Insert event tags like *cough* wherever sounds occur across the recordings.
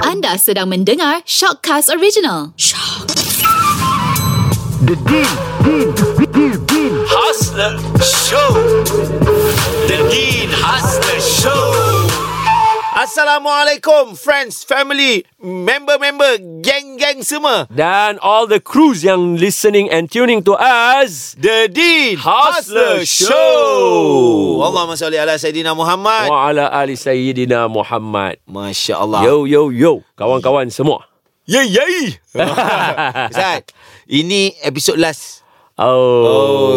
Anda sedang mendengar Shockcast Original. The Deal Deal Deal Deal Hustler Show The Dean Hustler Show Assalamualaikum Friends, family, member-member, geng-geng semua Dan all the crews yang listening and tuning to us The Dean Hustler Hustler Show Show. Allahumma salli ala Sayyidina Muhammad Wa ala ali sayyidina Muhammad Masya Allah Yo yo yo Kawan-kawan semua Yay *laughs* yay Ustaz Ini episod last Oh,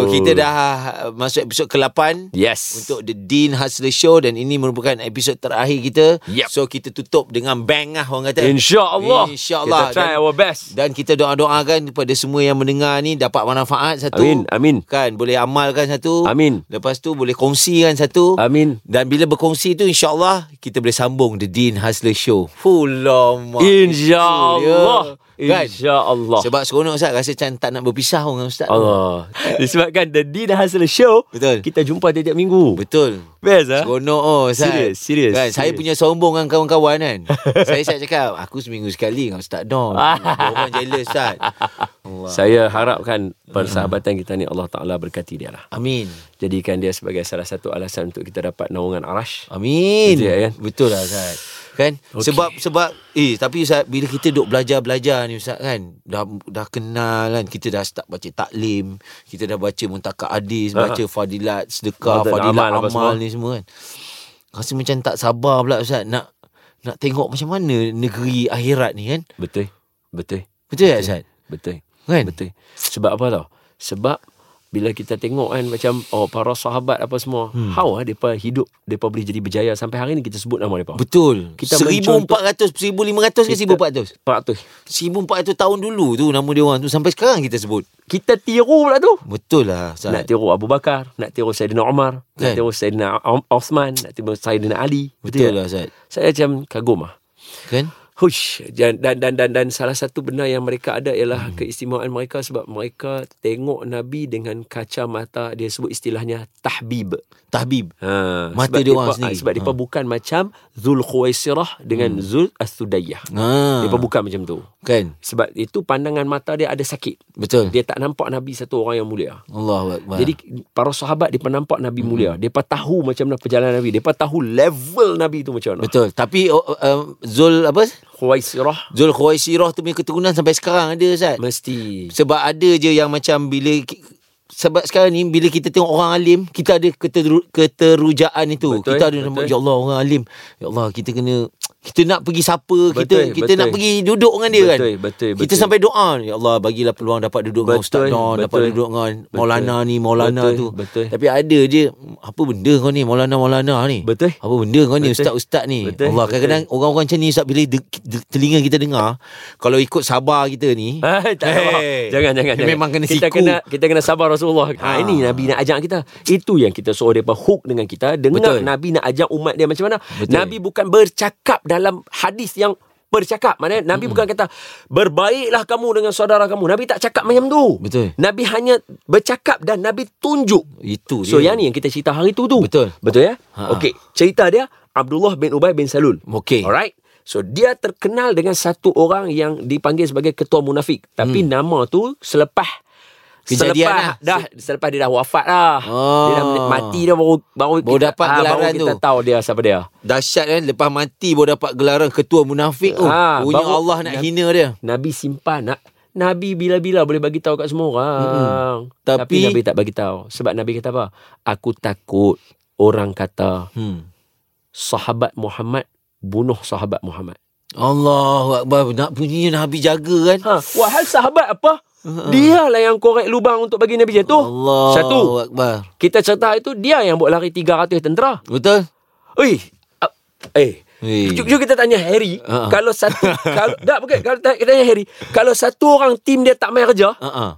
Oh, kita dah uh, masuk episod ke-8 Yes untuk The Dean Hustler Show dan ini merupakan episod terakhir kita. Yep. So kita tutup dengan bang lah orang kata. InsyaAllah InsyaAllah. Kita Dan- try our best Dan kita doa-doakan kepada semua yang mendengar ni dapat manfaat satu. Amin, amin. Kan boleh amalkan satu. Amin. Lepas tu boleh kongsikan satu. Amin Dan bila berkongsi tu insyaAllah kita boleh sambung The Dean Hustler Show. Fulama. InsyaAllah Kan? InsyaAllah Sebab seronok Ustaz rasa macam tak nak berpisah pun dengan Ustaz. *laughs* Allah Disebabkan The Dean Hustler Show Betul. Kita jumpa tiap-tiap minggu Betul. Best ah. Seronok oh Ustaz. Serius, serius, Kan, saya serius. punya sombong dengan kawan-kawan *laughs* kan. saya saya cakap aku seminggu sekali dengan Ustaz Don. Orang jealous Ustaz. Allah. Saya harapkan persahabatan kita ni Allah Ta'ala berkati dia lah Amin. Jadikan dia sebagai salah satu alasan untuk kita dapat naungan arash Amin. Betul, kan? Betul lah Ustaz. Kan? Okay. Okey. Sebab sebab eh tapi Ustaz bila kita duk belajar-belajar ni Ustaz kan, dah dah kenal kan, kita dah start baca taklim, kita dah baca muntakat hadis, Ha. baca fadilat sedekah, Fadilat fadilat amal lah apa amal, semua. ni semua kan. Rasa macam tak sabar pula Ustaz nak nak tengok macam mana negeri akhirat ni kan. Betul Betul Betul tak Ustaz? Betul Kan? Betul Sebab apa tau Sebab Bila kita tengok kan Macam oh, Para sahabat apa semua hmm. How lah mereka hidup Mereka boleh jadi berjaya Sampai hari ni kita sebut nama mereka Betul. Kita Kita 1400, 1500 ke 1400? Kita- Betul 1400 tahun dulu tu nama dia orang tu sampai sekarang kita sebut. Kita tiru pula tu Betul lah Ustaz. Nak tiru Abu Bakar Nak tiru Sayyidina Umar Kan? Nak tiru Sayyidina Om- Osman Nak tiru Sayyidina Ali Betul tak? lah Ustaz. Saya macam kagum lah Kan? Hush dan dan dan dan, dan salah satu benda yang mereka ada ialah hmm. keistimewaan mereka sebab mereka tengok nabi dengan kacamata dia sebut istilahnya tahbib. Tahbib. Ha, Mata sebab dia orang mereka- sendiri. Ha. Sebab mereka bukan macam Zul Khuwaisirah dengan hmm. Zul As-Sudayyah. Ha. Mereka bukan macam tu. Kan? Sebab itu pandangan mata dia ada sakit. Betul. Dia tak nampak Nabi satu orang yang mulia. Ha. Allah Akbar. Jadi para sahabat dia nampak Nabi Hmm. mulia. Depa tahu macam mana perjalanan Nabi. Depa tahu level Nabi tu macam mana. betul. Tapi oh, um, Zul apa? Khuwaisirah Zul Khawaisirah tu punya keturunan sampai sekarang ada Ustaz. mesti Sebab ada je yang macam bila ki- sebab sekarang ni bila kita tengok orang alim kita ada keteru, keterujaan itu Betul, kita ada nama betul. ya Allah orang alim ya Allah kita kena kita nak pergi siapa kita Betul, kita betul. nak pergi duduk dengan dia kan Betul, betul, kita betul. sampai doa ya Allah bagilah peluang dapat duduk dengan Betul, ustaz Don dapat betul. duduk dengan Betul. Maulana ni Maulana Betul, tu betul. tapi ada je apa benda kau ni Maulana Maulana ni Betul. apa benda kau ni Betul. ustaz-ustaz ni Betul, Allah betul. kadang-kadang orang-orang macam ni ustaz bila de- de- telinga kita dengar kalau ikut sabar kita ni Hai, Eh, tak hey. Jangan, jangan, jangan. Memang kena kita siku. Kena, kita kena sabar Rasulullah. Ha. Ha. ini Nabi nak ajak kita. Itu yang kita suruh mereka hook dengan kita. Dengar Betul. Betul. Nabi nak ajak umat dia macam mana. Betul. Betul. Nabi bukan bercakap dalam hadis yang bercakap. Maknanya Nabi bukan kata, berbaiklah kamu dengan saudara kamu. Nabi tak cakap macam tu. Betul. Nabi hanya bercakap dan Nabi tunjuk. Itu So dia. yang ni yang kita cerita hari tu tu. Betul. Betul ya? Ha. Okey, cerita dia Abdullah bin Ubay bin Salul. Okey. Alright. So dia terkenal dengan satu orang yang dipanggil sebagai ketua munafik. Tapi hmm. nama tu selepas Kejadian lah. selepas dah selepas dia dah wafat lah. Ah. Dia dah mati dia baru baru, Baru dapat gelaran baru kita tu. tahu dia siapa dia. Dahsyat eh. kan Lepas mati baru dapat gelaran Ketua munafik oh, Ah, Punya baru- Allah nak Nabi- hina dia Nabi simpan nak Nabi bila-bila boleh bagi tahu kat semua orang. Mm-mm. Tapi, Tapi- Nabi tak bagi tahu sebab Nabi kata apa? Aku takut orang kata hmm. sahabat Muhammad bunuh sahabat Muhammad. Allah Akbar Nak punya Nabi jaga kan Ha, wahal sahabat apa? Dialah yang korek lubang untuk bagi Nabi jatuh. Ha. Allah Satu, Akbar kita cerita itu dia yang buat lari 300 tentera. Betul? Oi. ap- Eh. Eh. Jom, jom kita tanya Harry Ha, ha. Kalau *laughs* satu kalau, Tak bukan Kalau ta- kita tanya Harry Kalau satu orang Tim dia tak main kerja Uh-uh.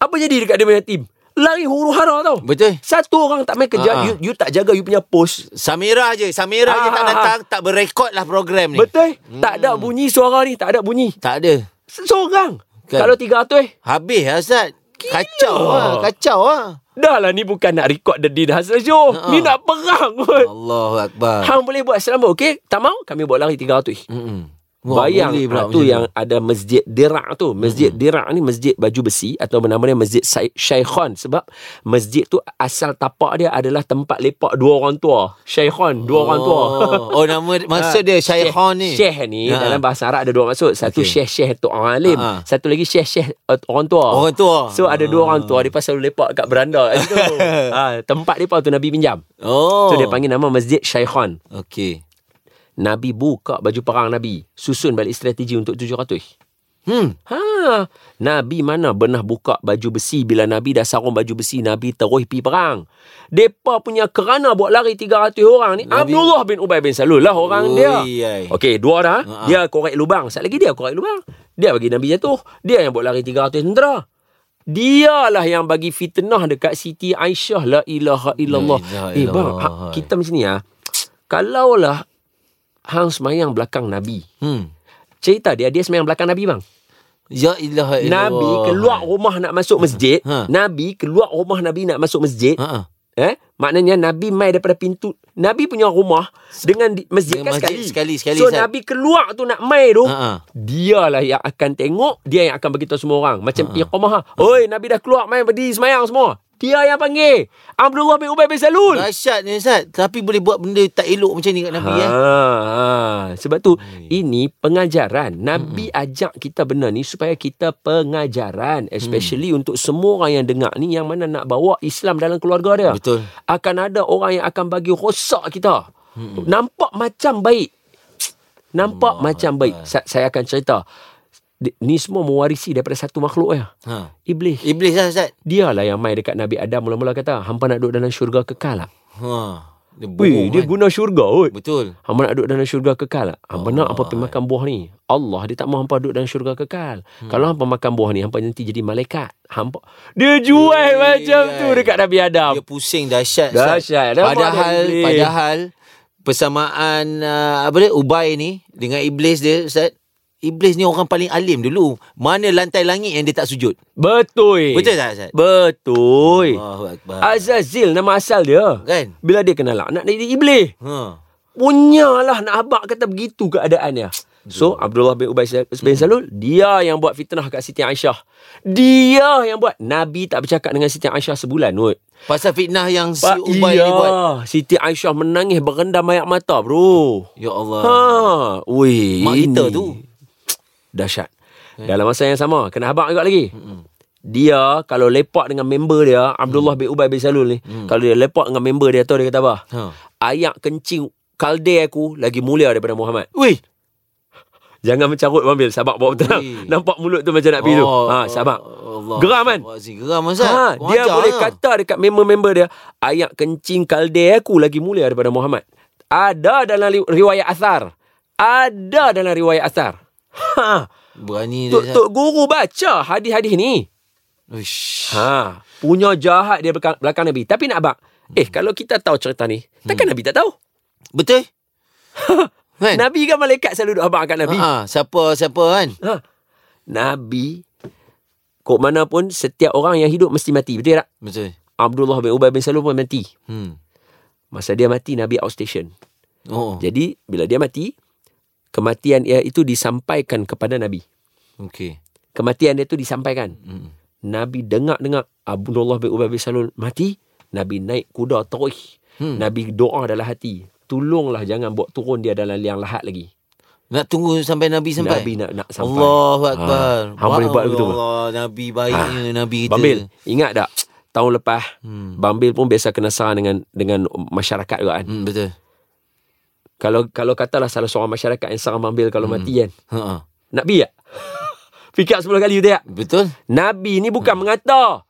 Apa jadi dekat dia punya tim Lari huru hara tau Betul Satu orang tak main kerja Ha, ha. you, you tak jaga you punya post Samira je Samira je Ah, tak ah, datang Tak berrekod lah program ni Hmm. Betul Tak ada bunyi suara ni Tak ada bunyi Tak ada Seorang Kan. Kalau 300 eh Habis lah Ustaz Kacau lah Kacau lah Dah lah ni bukan nak record The Din Hasan Show. Ha-ha. Ni nak perang pun. Ha. Allah Akbar Ha. Hang boleh buat selama, okey? Tak mau? Kami buat lari 300. Mm-mm. Wah, Bayang boleh pula ah, tu macam yang ada masjid Dira' tu. Masjid hmm. Dira' ni masjid baju besi atau nama dia masjid Sy- Syaikhon sebab masjid tu asal tapak dia adalah tempat lepak dua orang tua. Syaikhon, dua oh. orang tua. Oh nama maksud dia Syaikhon ni. *laughs* Syekh Ha. ni ha. dalam bahasa Arab ada dua maksud. Okey. Satu okay. syekh-syekh tu orang alim, Ha, ha. ha. satu lagi syekh-syekh uh, orang tua. Orang tua. So Ah. ada dua orang tua dia pasal lepak kat beranda kat situ. *laughs* ha, tempat depa tu Nabi pinjam. Oh. So dia panggil nama masjid Syaikhon. Okey. Nabi buka baju perang Nabi. Susun balik strategi untuk 700. Hmm. Ha, Nabi mana pernah buka baju besi bila Nabi dah sarung baju besi Nabi terus pergi perang. Depa punya kerana buat lari 300 orang ni Nabi- Nabi... Abdullah bin Ubay bin Salul lah orang dia. Ui, ai. Okey, dua Ha, dah. ha. Dia korek lubang. Sat lagi dia korek lubang. Dia bagi Nabi jatuh. Dia yang buat lari 300 tentera. Dialah yang bagi fitnah dekat Siti Aisyah la ilaha illallah. La ilaha Eh bang, illallah. ha- kita macam ni ah. Kalaulah hang semayang belakang Nabi. Hmm. Cerita dia dia semayang belakang Nabi bang. Ya ilaha illallah. Nabi keluar rumah nak masuk masjid. Ha. Ha. Nabi keluar rumah Nabi nak masuk masjid. Ha. Ha. ah. Eh, maknanya Nabi mai daripada pintu Nabi punya rumah dengan di, masjid Dengan kan masjid sekali. sekali, sekali, so Ustaz. Nabi keluar tu nak mai tu. Ha, ha. Dialah yang akan tengok, dia yang akan bagi tahu semua orang. Macam Ha, iqamah. Oi, Nabi dah keluar mai berdiri semayang semua. Dia yang panggil. Abdullah bin Ubay bin Salul. Dahsyat ni Ustaz Tapi boleh buat benda tak elok macam ni kat Nabi ha, eh Ha. Sebab tu ini pengajaran. Nabi hmm. ajak kita benda ni supaya kita pengajaran especially hmm. Mm. untuk semua orang yang dengar ni yang mana nak bawa Islam dalam keluarga dia. Betul. Akan ada orang yang akan bagi rosak kita. Hmm. Nampak macam baik. Nampak Allah macam baik. Sa- saya akan cerita. Di- Ni semua mewarisi daripada satu makhluk ya. ha. Iblis. Iblis lah Ustaz Dialah yang mai dekat Nabi Adam mula-mula kata, "Hampa nak duduk dalam syurga kekal." lah." ha. Dia Wih, bohong dia kan? guna syurga. Oi. Betul Hamba nak duduk dalam syurga kekal tak? Hamba nak hamba pergi Allah. makan buah ni. Allah dia tak mahu hamba duduk dalam syurga kekal. Hmm. Kalau hamba makan buah ni, hamba nanti jadi malaikat. Hamba dia jual Eh, macam tu kan. dekat Nabi Adam. Dia pusing dahsyat Ustaz. Dahsyat. Nampak Padahal dia Iblis. Padahal Persamaan uh, Apa dia Ubay ni Dengan Iblis dia Ustaz Iblis ni orang paling alim dulu Mana lantai langit yang dia tak sujud Betul. Betul tak Ustaz? Betul. Allahu Akbar Azazil nama asal dia. Kan? Bila dia kena laknat dia jadi iblis. Ha. Punyalah nak habak kata begitu keadaannya. So Abdullah bin Ubay bin Salul dia yang buat fitnah kat Siti Aisyah. Dia yang buat Nabi tak bercakap dengan Siti Aisyah sebulan kot. Pasal fitnah yang si Pak, Ubay iya. ni buat Siti Aisyah menangis berendam air mata, bro. Ya Allah Ha, weh. Mak ini. kita tu. Ya. Dahsyat. Dalam masa yang sama, kena habak juga lagi. Dia kalau lepak dengan member dia, Abdullah Mm. bin Ubay bin Salul ni, kalau dia lepak dengan member dia tu dia kata apa? Ha. Ayak kencing kalde aku lagi mulia daripada Muhammad. Weh Jangan mencarut Bang Bil, sabar bawa tenang. Weh. Nampak mulut tu macam nak pergi tu. Ha, sabar. Allah. Geram kan? Geram Oh. Ustaz Ha, Kau dia ajar boleh lah. kata dekat member-member dia, ayak kencing kalde aku lagi mulia daripada Muhammad. Ada dalam li- riwayat asar. Ada dalam riwayat asar. Ha, Berani dia tok, tok guru baca hadis-hadis ni. Uish. Ha, punya jahat dia belakang, belakang Nabi. Tapi nak abang, eh Hmm. kalau kita tahu cerita ni, takkan Nabi tak tahu? *laughs* Betul? Hmm. kan? Nabi kan malaikat selalu duk abang kat Nabi. Ha, siapa siapa kan? Ha. Nabi Kok mana pun setiap orang yang hidup mesti mati Betul tak? Betul. Abdullah bin Ubay bin Salul pun mati Hmm. Masa dia mati Nabi outstation Oh. Jadi bila dia mati Kematian dia itu disampaikan kepada Nabi Okey. Kematian dia itu disampaikan Hmm. Nabi dengar-dengar Abdullah bin Ubay bin Salul mati Nabi naik kuda terus Hmm. Nabi doa dalam hati Tolonglah jangan buat turun dia dalam liang lahat lagi Nak tunggu sampai Nabi sampai. Nabi nak, nak sampai Allahu akbar. Ha. Hang boleh buat begitu. Ha. Allah, Nabi baiknya Nabi kita. Bambil, ingat tak tahun lepas Hmm. hmm. Bambil pun biasa kena sarang dengan dengan masyarakat juga kan. Hmm. Hmm, betul. Kalau kalau katalah salah seorang masyarakat yang sarang Bambil kalau hmm. mati kan. Ha. ha. Nak biak? *laughs* Fikir 10 kali you tak? Betul? Nabi ni bukan mengata.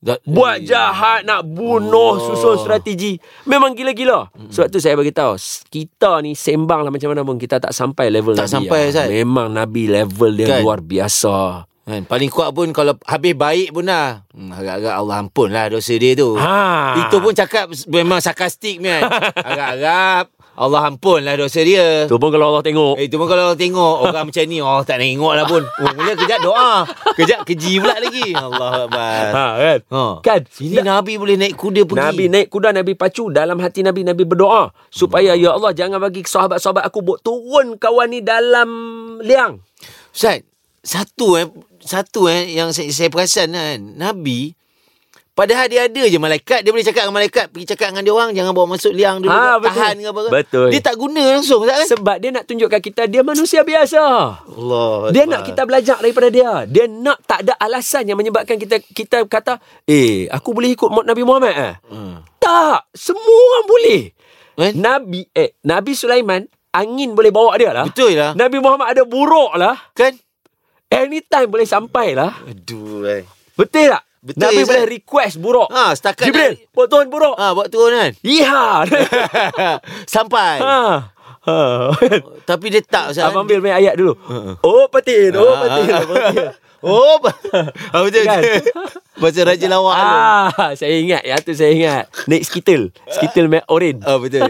Da- Buat eh, jahat nak bunuh Allah. susun strategi. Memang gila-gila. Oh. Hmm. Sebab tu saya bagi tahu, s- kita ni sembang lah macam mana pun kita tak sampai level Tak Nabi. sampai, lah. Zat. Memang Nabi level dia Kan? kan. luar biasa. Kan? Paling kuat pun kalau habis baik pun dah. Hmm, agak-agak Allah ampun lah dosa dia tu. Ha. *laughs* Itu pun cakap memang sarkastik kan. Agak-agak Allah ampunlah dosa dia. Tu pun kalau Allah tengok. Eh, cuma kalau orang tengok *laughs* orang macam ni, oh tak nak tengok lah pun. Oh, mula kejap doa. Kejap keji pula lagi. Allah Akbar. Ha kan. Ha. Kan. Ini Nabi boleh naik kuda pergi. Nabi naik kuda Nabi pacu dalam hati Nabi Nabi berdoa supaya ya Allah jangan bagi sahabat-sahabat aku buat turun kawan ni dalam liang. Ustaz, satu eh, satu eh yang saya, saya perasan kan, Nabi Padahal dia ada je malaikat Dia boleh cakap dengan malaikat Pergi cakap dengan dia orang Jangan bawa masuk liang dulu Ah, betul. Tahan ke apa ke. Betul. Dia tak guna langsung tak kan? Sebab dia nak tunjukkan kita dia manusia biasa. Allah Dia nak kita belajar daripada dia. Dia nak tak ada alasan yang menyebabkan kita kita kata, "Eh, aku boleh ikut mod Nabi Muhammad eh?" Hmm. Tak, semua orang boleh. Eh? Nabi eh Nabi Sulaiman angin boleh bawa dia lah. Betul lah Nabi Muhammad ada buruk lah. Kan Anytime boleh sampai lah. Aduh eh. Betul tak? Betul, Nabi Izzat. boleh request buruk. Ha setakat Jibril, buat Tuhan buruk. Ha buat turun kan *laughs* Iha. Sampai ha. Ha. Tapi dia tak Ustaz. kan? Abang Bil main ayat dulu. Ha. Oh petir, Ah, oh petir, ah, oh petir. *laughs* Oh, ba- *laughs* ah, betul *laughs* Kan? *laughs* kan? Bahasa Raja Lawak tu. Ah, saya ingat ya tu saya ingat. Naik skittles, skittles mac orange. Ah, betul.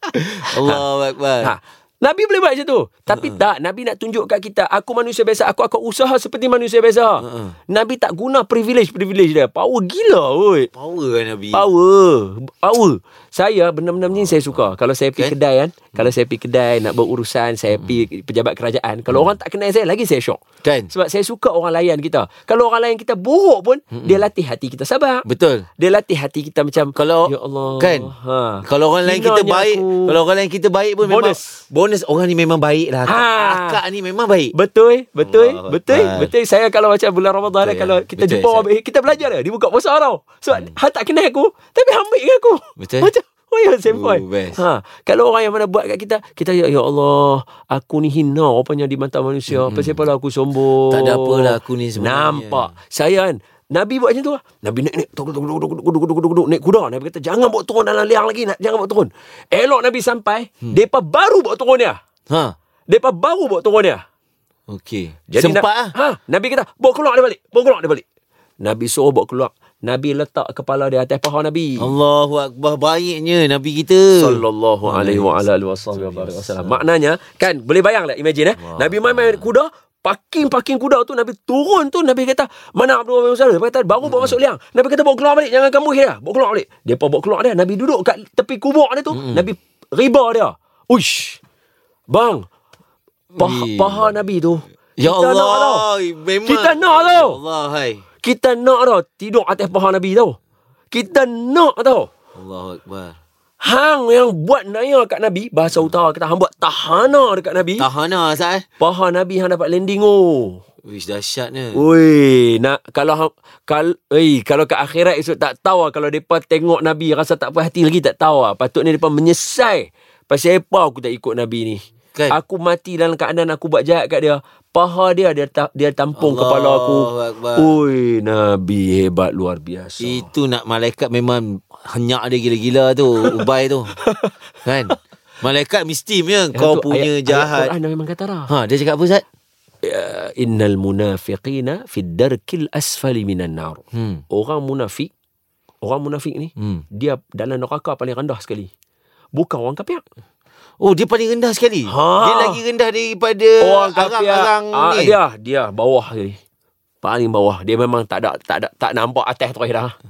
*laughs* Allahu Akbar. Ha. Nabi boleh buat macam tu. Tapi Ha. tak, Nabi nak tunjuk kat kita, aku manusia biasa, aku akan usaha seperti manusia biasa. Ha. Nabi tak guna privilege-privilege dia. Power gila weh. Power kan Nabi. Power Power Saya benda-benda ni saya suka Kalau saya pergi Okay. kedai kan Kalau saya pergi kedai Nak berurusan Saya Hmm. pergi pejabat kerajaan Kalau orang tak kenal saya Lagi saya syok Kan? Sebab saya suka orang layan kita Kalau orang layan kita buruk pun Hmm. Dia latih hati kita sabar Betul. Dia latih hati kita macam Kalau Ya Allah kan ha. kalau orang lain kita Hinanya baik, aku. kalau orang lain kita baik pun Bonus. memang bonus orang ni memang baik lah. Akak, Ha. akak ni memang baik. Betul Betul Allah Betul Akbar. Betul Saya kalau macam bulan Ramadan Betul, eh, Kalau ya. kita Betul, jumpa orang Ustaz. baik, Kita belajar lah. dia Dia buka puasa tau Sebab hmm. tak kenal aku Tapi ambil dengan aku Betul. Macam Oh ya Ooh, same point best. ha, Kalau orang yang mana buat kat kita Kita ya, ya Allah Aku ni hina Rupanya di mata manusia hmm. Pasal apalah aku sombong Tak ada apalah aku ni sebenarnya. Nampak Saya kan Nabi buat macam tu lah. Nabi naik naik tuk, tuk, tuk, tuk, tuk, tuk, tuk, tuk, naik kuda. Nabi kata jangan bawa turun dalam liang lagi, nak jangan bawa turun. Elok Nabi sampai, hmm. depa baru bawa turun dia. Ha. Depa baru bawa turun dia. Okey. Sempat ah. Nabi, ha, Nabi kata, bawa keluar dia balik. Bawa keluar dia balik. Nabi suruh bawa keluar. Nabi letak kepala dia atas paha Nabi. Allahu Akbar baiknya Nabi kita. Sallallahu alaihi wa ala alihi wasallam. Maknanya, kan boleh bayang tak? Imagine eh. Nabi main-main kuda, Parking-parking kuda tu Nabi turun tu Nabi kata Mana Abdul Rahman Ustaz Nabi kata baru bawa masuk liang Nabi kata bawa keluar balik Jangan kamu dia Bawa keluar balik Dia pun bawa keluar dia Nabi duduk kat tepi kubur dia tu Hmm. Nabi riba dia Uish Bang Paha, Wih. paha Nabi tu Ya Kita nak Allah. tau. memang. Kita nak lah. Ya tau Allah hai. kita nak tau tidur atas paha Nabi tau. Kita nak tau. Allahu Akbar. Hang yang buat naya kat Nabi, bahasa utara kita hang buat tahana dekat Nabi. Tahana lah, Ustaz. eh. Paha Nabi hang dapat landing oh. Wish dahsyatnya. Oi, nak kalau hang- kal oi kalau kat akhirat esok tak tahu lah, kalau depa tengok Nabi rasa tak puas hati lagi tak tahu ah. Patutnya depa menyesal. Pasal apa aku tak ikut Nabi ni? Kan? Aku mati dalam keadaan aku buat jahat kat dia. Paha dia dia ta- dia tampung Allah kepala aku. Akbar. Oi, Nabi hebat luar biasa. Itu nak malaikat memang henyak dia gila-gila tu, ubai tu. *laughs* kan? Malaikat mesti punya Yang kau tu punya ayat, jahat. Ayat Quran dia memang kata dah. ha, dia cakap apa Ustaz? Uh, innal munafiqina fi darkil asfali minan nar. Hmm. Orang munafik, orang munafik ni Hmm. dia dalam neraka paling rendah sekali. Bukan orang kafir. Oh, dia paling rendah sekali. Ha. Dia lagi rendah daripada Orang kafir. orang-orang Ah, ni. dia dia bawah sekali. Paling bawah. Dia memang tak ada tak ada tak nampak atas terus dah. *laughs*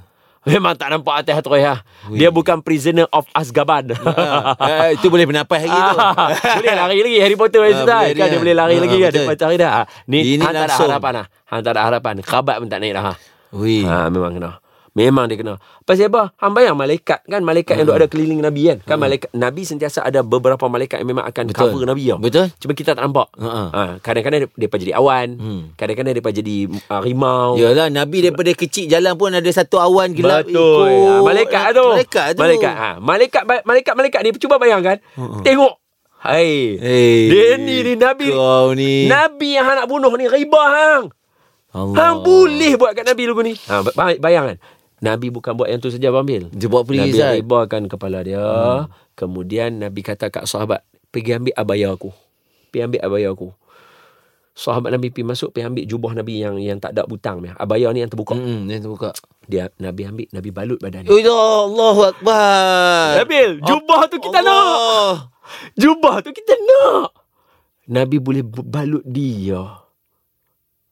Memang tak nampak atas terus dah. Dia bukan prisoner of Azkaban. Ha, ha, itu boleh bernapas lagi tu. *laughs* Ah, boleh lari lagi Harry Potter boleh macam tu kan lari dia kan. boleh lari Ah, lagi kan dia betul. macam dah ni Ini hang tak ada langsung. harapan lah hang tak ada harapan khabat pun tak naik dah ha. Ui. ha memang kena memang dia kena pasal apa hang bayang malaikat kan malaikat yang Hmm. duk ada keliling nabi kan kan malaikat nabi sentiasa ada beberapa malaikat yang memang akan Betul. Hmm. cover nabi tau Betul. Ah, cuma kita tak nampak Ha-ha. ha, kadang-kadang dia, dia jadi awan Hmm. kadang-kadang dia jadi uh, rimau Yalah Nabi daripada kecil jalan pun ada satu awan gelap Betul. ikut. Ha, malaikat tu. Malaikat tu. Malaikat. Ha, malaikat malaikat malaikat ni cuba bayangkan. Hmm. Tengok. Hai. Hey, dia ni ni Nabi. Eh. Kau ni. Nabi yang hang nak bunuh ni riba hang. Allah. Hang boleh buat kat Nabi lagu ni. Ha ba- bayangkan. Nabi bukan buat yang tu saja Abang Bil. Dia buat pelik, Nabi Zat. ribakan kepala dia. Hmm. Kemudian Nabi kata kat sahabat, "Pergi ambil abaya aku." Pergi ambil abaya aku. sahabat Nabi pergi masuk pergi ambil jubah Nabi yang yang tak ada butang punya. Abaya ni yang terbuka. Hmm, dia terbuka. Dia Nabi ambil, Nabi balut badan dia. Ya Allahu akbar. Nabil, jubah tu kita nak. Allah. Jubah tu kita nak. Nabi boleh b- balut dia.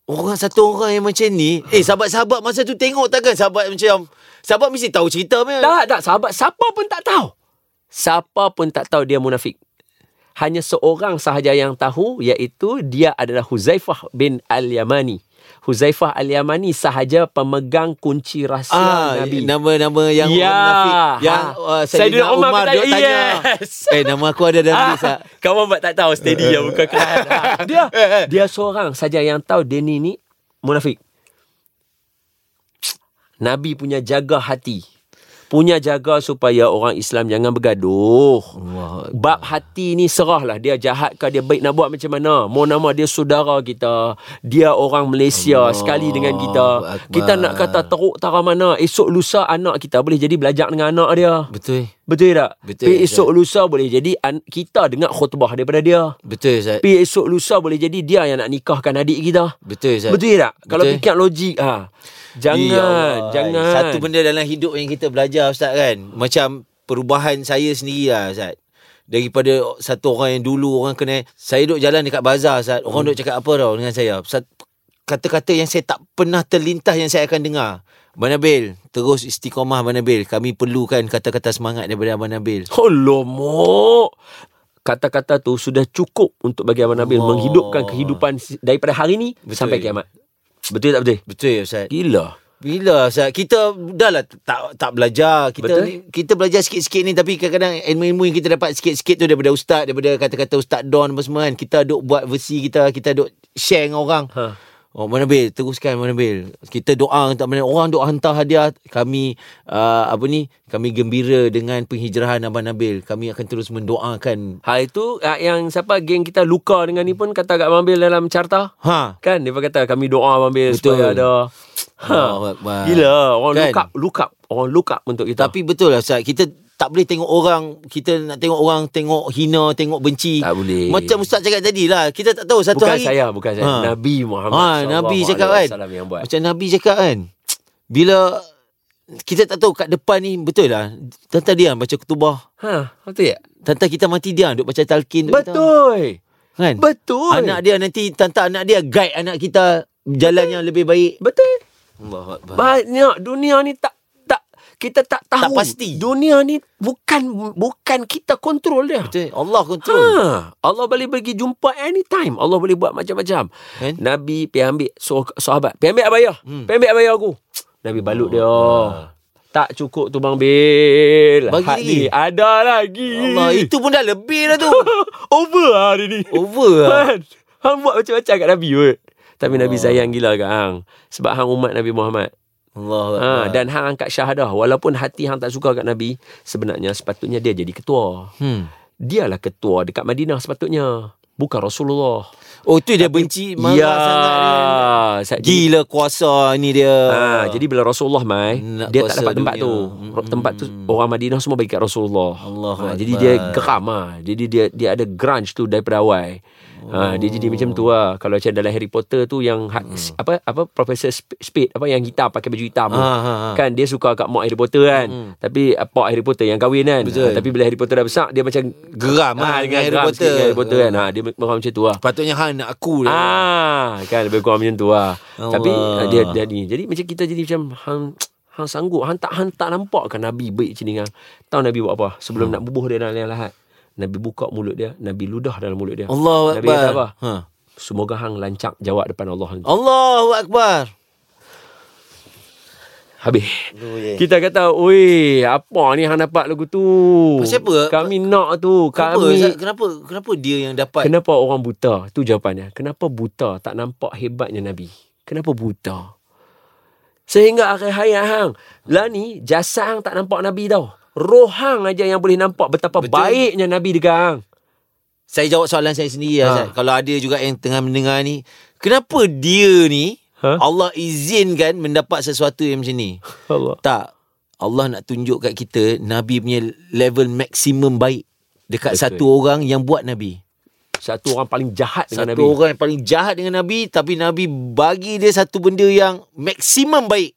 Orang satu orang yang macam ni Eh sahabat-sahabat masa tu tengok takkan Sahabat macam Sahabat mesti tahu cerita punya Tak, tak sahabat siapa pun tak tahu. Siapa pun tak tahu dia munafik. Hanya seorang sahaja yang tahu iaitu dia adalah Huzaifah bin Al-Yamani. Huzaifah Al-Yamani sahaja pemegang kunci rahsia Ah, Nabi. nama-nama yang Ya. orang munafik yang uh, Saidina Umar, Umar dia bertanya, tanya. yes. *laughs* Eh nama aku ada dalam *laughs* list ah. Kamu buat tak tahu steady dia *laughs* bukan kan. dia Eh, dia seorang saja yang tahu Denny ni munafik. Nabi punya jaga hati. Punya jaga supaya orang Islam jangan bergaduh. Wah. Bab hati ni serahlah dia jahat ke dia baik nak buat macam mana. Mau nama dia saudara kita, dia orang Malaysia Allah sekali dengan kita. Akbar. Kita nak kata teruk tara mana, esok lusa anak kita boleh jadi belajar dengan anak dia. Betul. Betul tak? Betul, Pi Ustaz. esok lusa boleh jadi an- kita dengar khutbah daripada dia. Betul Ustaz. Pi esok lusa boleh jadi dia yang nak nikahkan adik kita. Betul Ustaz. Betul tak? Kalau Betul. fikir logik ha. Jangan, Ya Allah. jangan. Satu benda dalam hidup yang kita belajar Ustaz kan. Macam perubahan saya sendiri lah Ustaz. Daripada satu orang yang dulu orang kena saya duk jalan dekat bazar Ustaz. Orang hmm. duk cakap apa tau dengan saya. Sat- Kata-kata yang saya tak pernah terlintas yang saya akan dengar. Abang Nabil, terus istiqomah Abang Nabil. Kami perlukan kata-kata semangat daripada Abang Nabil. Alamak. Kata-kata tu sudah cukup untuk bagi Abang Nabil Allah. menghidupkan kehidupan si- daripada hari ni Betul. sampai kiamat. Betul tak betul? Betul ya Ustaz? Gila. Bila Ustaz? Kita dah lah tak, tak belajar. Kita Betul. ni- kita belajar sikit-sikit ni tapi kadang-kadang ilmu-ilmu yang kita dapat sikit-sikit tu daripada ustaz, daripada kata-kata ustaz Don apa semua kan. Kita duk buat versi kita, kita duk share dengan orang. Ha. Oh, mana Bil? Teruskan mana Bil? Kita doa tak mana orang duk hantar hadiah kami uh, apa ni? Kami gembira dengan penghijrahan Abang Nabil. Kami akan terus mendoakan. Hari tu ah, yang siapa geng kita luka dengan ni pun kata kat Abang Bil dalam carta. Ha. Kan dia pun kata kami doa Abang Bil Betul. supaya ada Allahu Akbar. Ha. Gila Orang Kan? look up Look up Orang look up untuk kita Tapi betul lah Ustaz Kita tak boleh tengok orang Kita nak tengok orang Tengok hina Tengok benci Tak boleh. Macam Ustaz cakap tadi lah Kita tak tahu Satu Eh. Bukan hari saya Bukan saya Ha. Nabi Muhammad ha, Nabi cakap kan SAW yang buat Macam Nabi cakap kan Bila Kita tak tahu kat depan ni Betul lah Tentang dia baca kutubah ha, Betul tak? Tentang kita mati dia Duk baca talqin duk kita. Betul kan? Betul Anak dia nanti Tentang anak dia Guide anak kita Jalan yang lebih baik Betul Allah Akbar Banyak Dunia ni tak tak kita tak tahu Tak pasti. Dunia ni bukan bukan kita kontrol dia. Betul Allah kontrol Ha, Allah boleh pergi jumpa anytime. Allah boleh buat macam-macam. Kan? Nabi pergi ambil so, sahabat. Pergi ambil abaya. Hmm. Pergi ambil abaya aku. Nabi balut dia. Tak cukup tu Bang Bil. Bagi Hak lagi. ni Ada lagi. Allah Itu pun dah lebih dah *laughs* tu Over lah hari ni. Over lah Kan? Hang buat macam-macam kat Nabi kot. Tapi Oh. Nabi sayang gila kat hang. Sebab hang umat Nabi Muhammad. Allah Ha, dan hang angkat syahadah. Walaupun hati hang tak suka kat Nabi. Sebenarnya sepatutnya dia jadi ketua. Hmm. dialah ketua dekat Madinah sepatutnya. Bukan Rasulullah. Oh tu dia benci marah ya. sangat dia. Sa- jadi- Gila kuasa ni dia. Ha, jadi bila Rasulullah mai, Ah. Nak dia kuasa tak dapat tempat dunia. tu. Mm-mm. Tempat tu orang Madinah semua bagi kat Rasulullah. Allahu ha, jadi Akbar. dia geram ah. Jadi dia dia ada grunge tu daripada awal. Ha, Oh. dia jadi macam tu lah. Kalau macam dalam Harry Potter tu yang ha, Hmm. apa apa Professor Sp- Spade apa yang hitam pakai baju hitam. Ha, tu. ha, ha. Kan dia suka kat mak Harry Potter kan. Tapi uh, pak Harry Potter yang kahwin kan. Hmm. Betul. Ha, tapi bila Harry Potter dah besar dia macam geram Ah, ah dengan Harry Potter. Dengan Harry Potter kan. Hmm. Ha, dia memang macam tu lah. Patutnya hang nak aku lah. Ah, kan lebih kurang macam tu lah. Allah. Tapi ah, dia dia ni. Jadi macam kita jadi macam hang hang sanggup, hang tak hang tak nampak kan Nabi baik macam ni kan. Tahu Nabi buat apa? Sebelum Hmm. nak bubuh dia dalam lahat. Nabi buka mulut dia, Nabi ludah dalam mulut dia. Allahu Nabi Akbar. kata apa? Ha. Semoga hang lancar jawab depan Allah nanti. Allahu Akbar. Habis. Tu je. Kita kata, "Oi, apa ni hang dapat lagu tu?" Pasal apa? Kami nak tu. Kenapa, Kami Ustaz? kenapa kenapa dia yang dapat? Kenapa orang buta? Tu jawapannya. Kenapa buta tak nampak hebatnya Nabi? Kenapa buta? Sehingga akhir hayat hang. Lah ni jasad hang tak nampak Nabi tau. Roh hang aja yang boleh nampak betapa Betul. Betul. baiknya Nabi dekat hang. Saya jawab soalan saya sendiri lah, Ha. Ustaz. Kalau ada juga yang tengah mendengar ni, kenapa dia ni Ha? Allah izinkan mendapat sesuatu yang macam ni? Allah. Tak. Allah nak tunjuk kat kita Nabi punya level maksimum baik dekat Betul. satu orang yang buat Nabi. Satu orang paling jahat dengan Satu Nabi. orang yang paling jahat dengan Nabi Tapi Nabi bagi dia satu benda yang Maksimum baik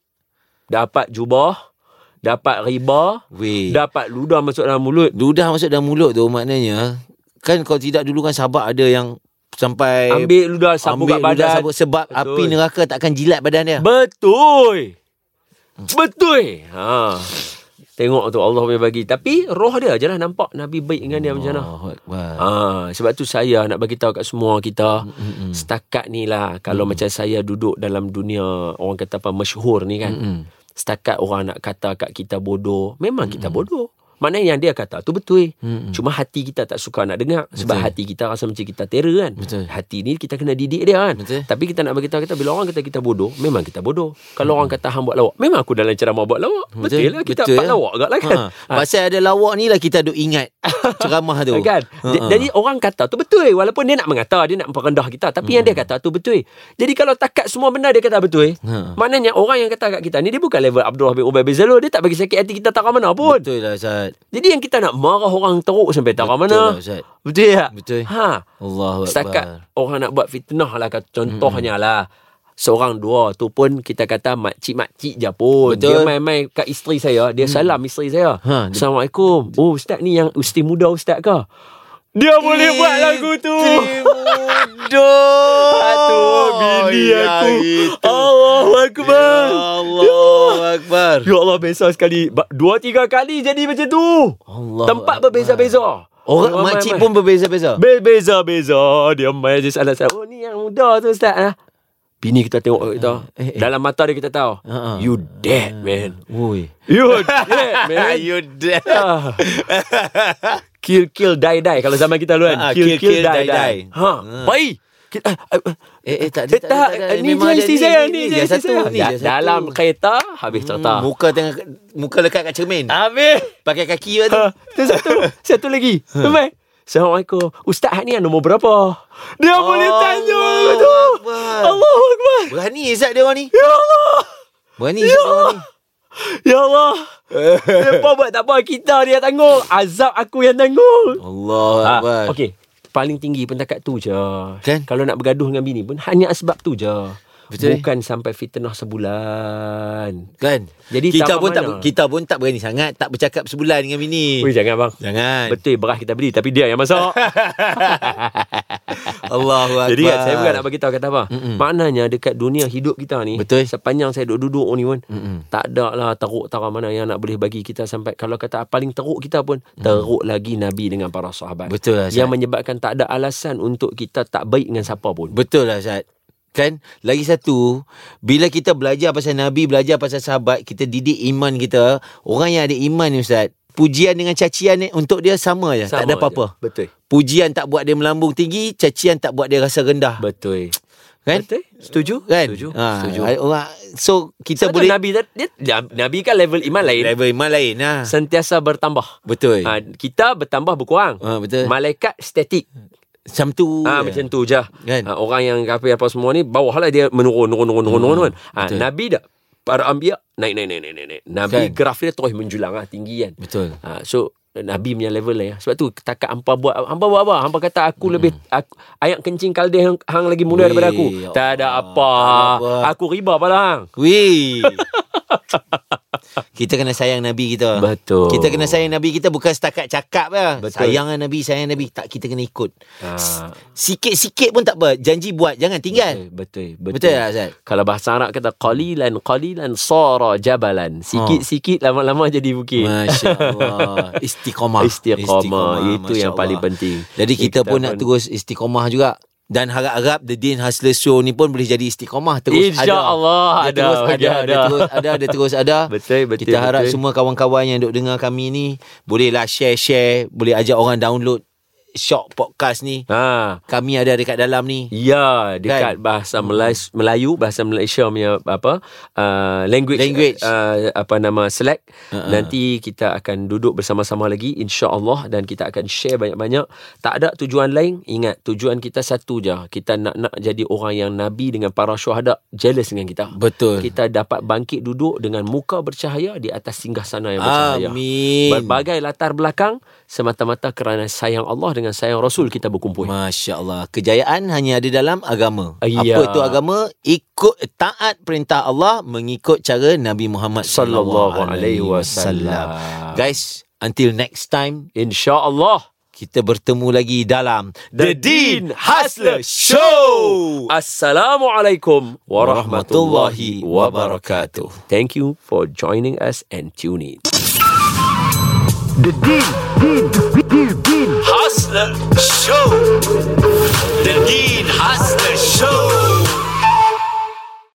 Dapat jubah, dapat riba, Weh dapat ludah masuk dalam mulut. Ludah masuk dalam mulut tu maknanya Kan kalau tidak dulu kan sahabat ada yang Sampai Ambil ludah sapu Eh. kat ambil ludah badan. sabuk Sebab Betul. api neraka takkan jilat badan dia Betul. Betul. Ha. Tengok tu Allah punya bagi. Tapi roh dia je lah nampak Nabi baik dengan dia macam mana. Allahu Akbar. Ha, sebab tu saya nak bagi tahu kat semua kita mm setakat ni lah kalau mm macam saya duduk dalam dunia orang kata apa masyhur ni kan mm setakat orang nak kata kat kita bodoh memang kita bodoh Maknanya yang dia kata tu betul mm cuma hati kita tak suka nak dengar sebab Betul. hati kita rasa macam kita terror kan Betul. hati ni kita kena didik dia kan Betul. tapi kita nak bagi tahu kita bila orang kata kita bodoh memang kita bodoh kalau orang kata hang buat lawak memang aku dalam ceramah buat lawak betul, lah kita betul dapat lah. lawak agak lah kan Ha. Pasal ada lawak ni lah kita duk ingat ceramah tu. *laughs* Kan? Ha, Jadi orang kata tu betul eh. walaupun dia nak mengata dia nak merendah kita tapi yang dia Hmm. kata tu betul. eh. Jadi kalau takat semua benda dia kata betul. eh. Ha. Maknanya orang yang kata kat kita ni dia bukan level Abdullah bin Ubay bin Zalul dia tak bagi sakit hati kita taraf mana pun. Betul lah Ustaz. Jadi yang kita nak marah orang teruk sampai taraf Betul lah mana. Ustaz. Betul tak? Betul. Ha. Allahu Akbar. Setakat orang nak buat fitnah lah kata, Contohnya lah Seorang dua tu pun kita kata makcik-makcik je pun. Dia Betul. Mm. main-main kat isteri saya. Dia salam isteri saya. Ha, dia- Assalamualaikum. Oh ustaz ni yang ustaz muda ustaz ke? Dia Eh, boleh buat lagu tu. Timudoh. Aduh bini ya aku. Allahu Akbar. Allahu Akbar. Ya Allah besar sekali. Ba- Dua tiga kali jadi macam tu. Allah Tempat Akbar. berbeza-beza. Orang makcik pun berbeza-beza. Berbeza-beza Dia main je salah salah Oh ni yang muda tu ustaz lah Bini kita tengok kita eh, eh. Dalam mata dia kita tahu Ha, ha. You dead man *laughs* Woi. *laughs* You dead man You dead. *laughs* Ah. Kill kill die die Kalau zaman kita dulu Ha, kan Kill kill die die Ha Baik Kita- ah, ah, Eh, eh, tak ada, dia tak, ada, ada. ni Memang ada je isteri ni, saya, ni, ni ni. je Dia isteri satu, saya. Ya, ni, dia satu. Hmm. Dalam kereta, habis cerita. Muka tengah muka lekat kat cermin. Habis. Pakai kaki je tu. Ah. Ha, tu *laughs* satu. satu lagi. Memang. Assalamualaikum. Ustaz Hak ni yang nombor berapa? Dia Allahu boleh tanya aku tu. Akbar. Allahu Akbar. Berani Izzat dia orang ni. Ya Allah. Berani Izzat dia *laughs* orang ni. Ya *laughs* Allah. Lepas buat tak apa. Kita dia tanggung. Azab aku yang tanggung. Allah Ha, Akbar. Okey. Paling tinggi pentakat tu je. Kan? Kalau nak bergaduh dengan bini pun hanya sebab tu je. Betul. Bukan sampai fitnah sebulan. Kan? Jadi kita sampai pun tak mana? kita pun tak berani sangat tak bercakap sebulan dengan bini. Ui, jangan bang. Eh. Jangan. Betul beras kita beli tapi dia *laughs* yang masak. Allahu Akbar. Jadi kan saya bukan nak bagi tahu kata apa. Mm-mm. Maknanya dekat dunia hidup kita ni Hmm. Betul. sepanjang saya duduk-duduk ni pun Mm-mm. tak ada lah teruk taraf mana yang nak boleh bagi kita sampai kalau kata paling teruk kita pun teruk lagi nabi dengan para sahabat. Hmm. Betul lah, Yang Ustaz. menyebabkan tak ada alasan untuk kita tak baik dengan siapa pun. Betul lah Zat. Kan? Lagi satu, bila kita belajar pasal Nabi, belajar pasal sahabat, kita didik iman kita. Orang yang ada iman ni Ustaz, pujian dengan cacian ni untuk dia sama je. Sama tak ada je. apa-apa. Betul. Pujian tak buat dia melambung tinggi, cacian tak buat dia rasa rendah. Betul. Kan? Betul? Setuju? Kan? Setuju. Ha, Setuju. Orang, so, kita Sebab tu boleh... nabi dia, dia nabi kan level iman lain. Level iman lain lah. Sentiasa bertambah. Betul. Ha, kita bertambah berkurang. Ha, betul. Malaikat statik. Macam tu. Ah ha, macam tu je. Kan? Kan? Ha, orang yang kafir apa semua ni bawahlah dia menurun menurun menurun Hmm, menurun. menurun. Ha, nabi dah para anbiya naik naik naik naik naik. naik. Nabi Kan? kan? graf dia terus menjulang ah tinggi kan. Betul. Ha, so Nabi punya level lah ya. Sebab tu takat hampa buat hampa buat apa? Hampa kata aku lebih aku, ayat kencing kaldeh hang, hang lagi muda Hmm. Weh, daripada aku. ya Tak ada Allah, tak apa. ada apa. Aku riba pala hang. Weh. *laughs* kita kena sayang Nabi kita. Betul. Ah, Kita kena sayang Nabi kita bukan setakat cakap lah. Betul. Sayang lah Nabi, sayang Nabi. Tak, kita kena ikut. Ha, Sikit-sikit pun tak apa. Janji buat, jangan tinggal. betul betul. Betul, Kan? Betul tak Zat? Kalau bahasa Arab kata qalilan qalilan sara jabalan. Sikit-sikit lama-lama jadi bukit. Ha. Masya *laughs* Allah Istiqomah Istiqamah. Itu Masya yang paling penting. Jadi Jadi kita, kita pun pun- nak terus istiqomah juga Dan harap-harap The Dean Hustler Show ni pun Boleh jadi istiqomah Terus ada InsyaAllah Dia ada. terus ada, Okey, ada. Dia terus ada Dia terus ada *laughs* Betul, betul, Kita harap betul. semua kawan-kawan Yang duk dengar kami ni Bolehlah share-share Boleh ajak orang download Shock Podcast ni Ha. Kami ada dekat dalam ni Ya, dekat kan? bahasa Melayu, Melayu, bahasa Malaysia punya apa uh, language, Language. Uh, apa nama Slack. Uh-uh. Nanti kita akan duduk bersama-sama lagi insya-Allah dan kita akan share banyak-banyak. Tak ada tujuan lain. Ingat, tujuan kita satu je. Kita nak nak jadi orang yang nabi dengan para syuhada jealous dengan kita. Betul Kita dapat bangkit duduk dengan muka bercahaya di atas singgah sana yang bercahaya. Amin Berbagai latar belakang semata-mata kerana sayang Allah dengan sayang Rasul kita berkumpul. Masya Allah Kejayaan hanya ada dalam agama Ya. Apa itu agama Ikut taat perintah Allah Mengikut cara Nabi Muhammad Sallallahu alaihi wasallam. Guys Until next time InsyaAllah. Kita bertemu lagi dalam The Dean Hustler Show. Assalamualaikum warahmatullahi wabarakatuh. Thank you for joining us and tune in. The Dean, Dean, Dean, Dean. Hustler Show.